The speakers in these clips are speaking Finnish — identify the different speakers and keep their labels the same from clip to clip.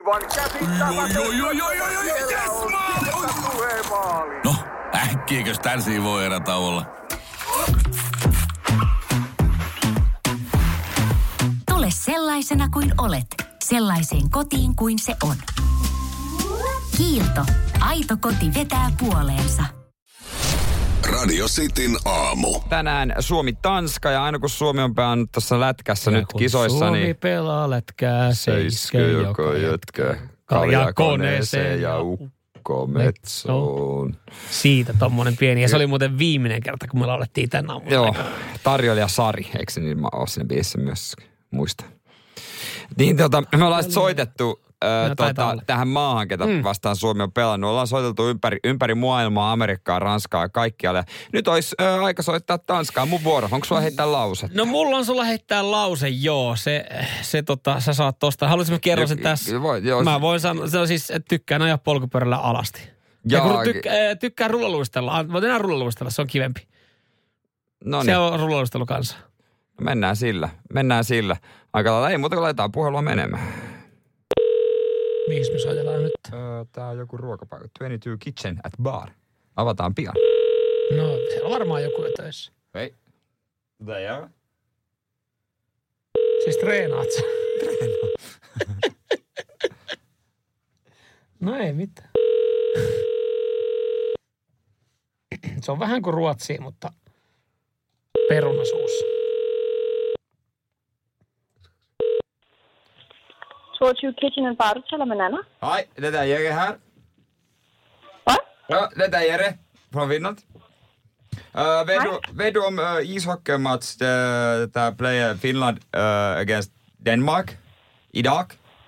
Speaker 1: aivan käsittämätöntä.
Speaker 2: Joo, joo, joo, joo, joo, joo,
Speaker 1: Siellä
Speaker 2: yes,
Speaker 1: on
Speaker 2: maali!
Speaker 1: Sirkka Suhe maali.
Speaker 2: No, äkkiäkös tän voi erätauolla?
Speaker 3: Tule sellaisena kuin olet, sellaiseen kotiin kuin se on. Kiilto. Aito koti vetää puoleensa.
Speaker 4: Radio Cityn aamu.
Speaker 5: Tänään Suomi-Tanska ja aina kun Suomi on päänyt tässä lätkässä nyt kisoissa,
Speaker 6: Suomi
Speaker 5: niin
Speaker 6: pelaa lätkää, seiske joka jätkä. Kalja koneeseen ja u-
Speaker 5: ukko
Speaker 6: metsoon. Siitä tommonen pieni. Ja se oli muuten viimeinen kerta, kun me laulettiin tänä aamuna.
Speaker 5: Joo, tarjoilija Sari, eikö se niin mä oon siinä biisissä myös, muista. Niin tota, me ollaan sit soitettu
Speaker 6: No,
Speaker 5: ö,
Speaker 6: taitaa
Speaker 5: tota,
Speaker 6: olla. Mm.
Speaker 5: tähän maahan, ketä vastaan Suomi on pelannut. Ollaan soiteltu ympäri, ympäri maailmaa, Amerikkaa, Ranskaa ja kaikkialle. Nyt olisi ö, aika soittaa Tanskaa. Mun vuoro, onko sulla heittää lause?
Speaker 6: No mulla on sulla heittää lause, joo. Se, se tota, sä saat tosta. Haluaisin, mä kerron sen
Speaker 5: Jo-
Speaker 6: tässä.
Speaker 5: jo- voi- joo.
Speaker 6: Mä voin sanoa, se on siis, että tykkään ajaa polkupyörällä alasti. Ja, ja kun
Speaker 5: Jaa,
Speaker 6: tykkä, äh, tykkään rullaluistella. Ah, Mä tehdään rullaluistella, se on kivempi.
Speaker 5: No
Speaker 6: Se
Speaker 5: niin,
Speaker 6: on rullaluistelu kanssa.
Speaker 5: mennään sillä. Mennään sillä. Aika lailla, ei muuta kuin laitetaan puhelua menemään.
Speaker 6: Mihin me soitellaan nyt?
Speaker 5: Tää on joku ruokapaikka. 22 Kitchen at Bar. Avataan pian.
Speaker 6: No, se on varmaan joku jo töissä.
Speaker 5: Hei. Mitä jää?
Speaker 6: Siis treenaat sä? no ei mitään. Se on vähän kuin Ruotsi, mutta perunasuus.
Speaker 7: Tror du kitchen and bar, du taler med Anna?
Speaker 5: Hej, det där Jerry här.
Speaker 7: Hvad?
Speaker 5: Ja, det där Jerry från Finland. Uh, vet, du, vet du om uh, ishockeymatch där, där spelar Finland uh, against Denmark idag?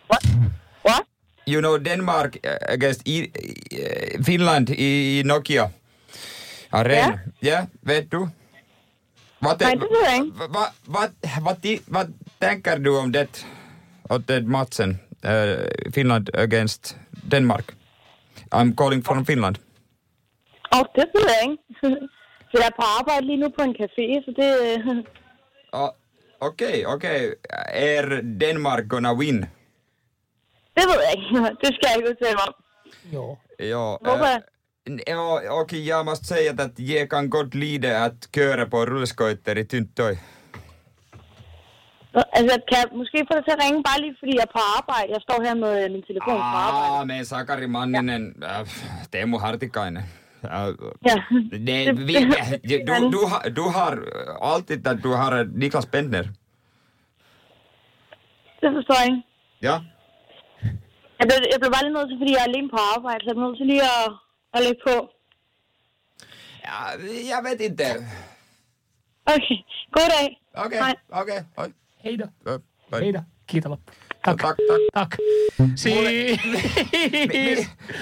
Speaker 7: Hvad?
Speaker 5: You know Denmark uh, against I, uh, Finland i, i Nokia Arena. Ja, yeah, vet du? Vad,
Speaker 7: Nej, det ved jeg ikke.
Speaker 5: vad, vad, vad, vad, ti- vad tänker du om det, om den matchen? Uh, Finland against Denmark. I'm calling from Finland.
Speaker 7: Åh, det ved jeg ikke. Så jeg er på arbejde lige nu på en café, så det...
Speaker 5: Ah, Okej, okej. Är Denmark gonna win?
Speaker 7: Det ved jeg ikke. Det skal jeg ikke udtale mig om.
Speaker 5: Ja,
Speaker 7: Vad var
Speaker 5: eh,
Speaker 7: det?
Speaker 5: ja, och jag måste säga att jag kan gott lida att köra på rullskoter i tynt tøj.
Speaker 7: Nå, Altså, kan jeg måske få dig til at ringe bare lige, fordi jeg er på arbejde. Jeg står her med øh, min telefon på arbejde.
Speaker 5: Ah, men Sakari Manninen, äh, Teemu Hartikainen. Äh,
Speaker 7: Ja.
Speaker 5: det, vi, äh, du, du, har- du har alltid att du har Niklas Bentner.
Speaker 7: Det forstår jeg ikke.
Speaker 5: Ja?
Speaker 7: Jeg blev, jeg blev bare lige nødt til, fordi jeg er alene på arbejde, så jeg blev nødt til lige at, at lægge på.
Speaker 5: ja? Jag vet inte.
Speaker 7: Okay, god dag.
Speaker 5: Okej,
Speaker 7: Hej.
Speaker 5: okej. Oj.
Speaker 6: Heida,
Speaker 5: Ö, oj.
Speaker 6: heida. Kiitä loppu.
Speaker 5: Tack,
Speaker 6: Niin, Tak,
Speaker 5: tack.
Speaker 6: tak. Siis.
Speaker 5: Niin,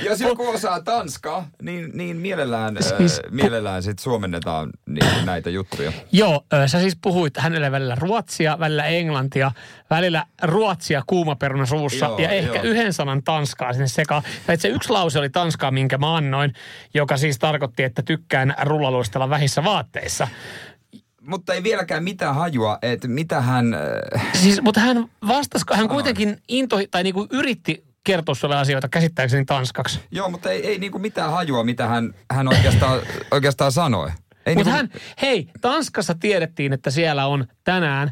Speaker 5: Jos joku osaa tanskaa, niin, niin mielellään,
Speaker 6: Siis-
Speaker 5: äh, mielellään sit suomennetaan ni, näitä juttuja.
Speaker 6: Joo, ö, sä siis puhuit hänelle välillä ruotsia, välillä englantia, välillä ruotsia kuumaperuna suussa
Speaker 5: Joo,
Speaker 6: ja ehkä
Speaker 5: joo.
Speaker 6: yhden sanan tanskaa sinne sekaan. Ja itse yksi lause oli tanskaa, minkä mä annoin, joka siis tarkoitti, että tykkään rullaluistella vähissä vaatteissa.
Speaker 5: Mutta ei vieläkään mitään hajua, että mitä hän... Äh,
Speaker 6: Siis, mutta hän vastasi, hän kuitenkin into, tai niinku yritti kertoa sulle asioita käsittääkseni tanskaksi.
Speaker 5: joo, mutta ei, ei niinku mitään hajua, mitä hän, hän oikeastaan, oikeastaan sanoi. Ei
Speaker 6: Mutta hän,
Speaker 5: niinku,
Speaker 6: hei, Tanskassa tiedettiin, että siellä on tänään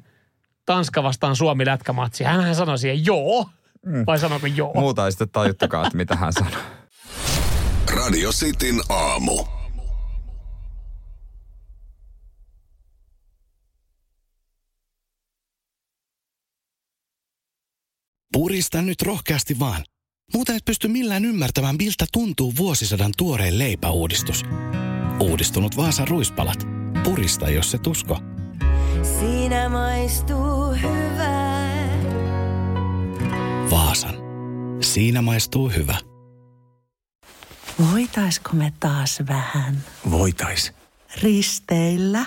Speaker 6: Tanska vastaan Suomi lätkämatsi. Hänhän sanoi siihen joo,
Speaker 5: Mm.
Speaker 6: vai sanoiko joo?
Speaker 5: Muuta ei sitten tajuttakaan, että mitä hän sanoi.
Speaker 4: Radio Cityn aamu.
Speaker 8: Purista nyt rohkeasti vaan. Muuten et pysty millään ymmärtämään, miltä tuntuu vuosisadan tuoreen leipäuudistus. Uudistunut Vaasan ruispalat. Purista, jos se tusko.
Speaker 9: Siinä maistuu hyvää.
Speaker 8: Vaasan. Siinä maistuu hyvä.
Speaker 9: Voitaisko me taas vähän
Speaker 8: Voitais.
Speaker 9: risteillä?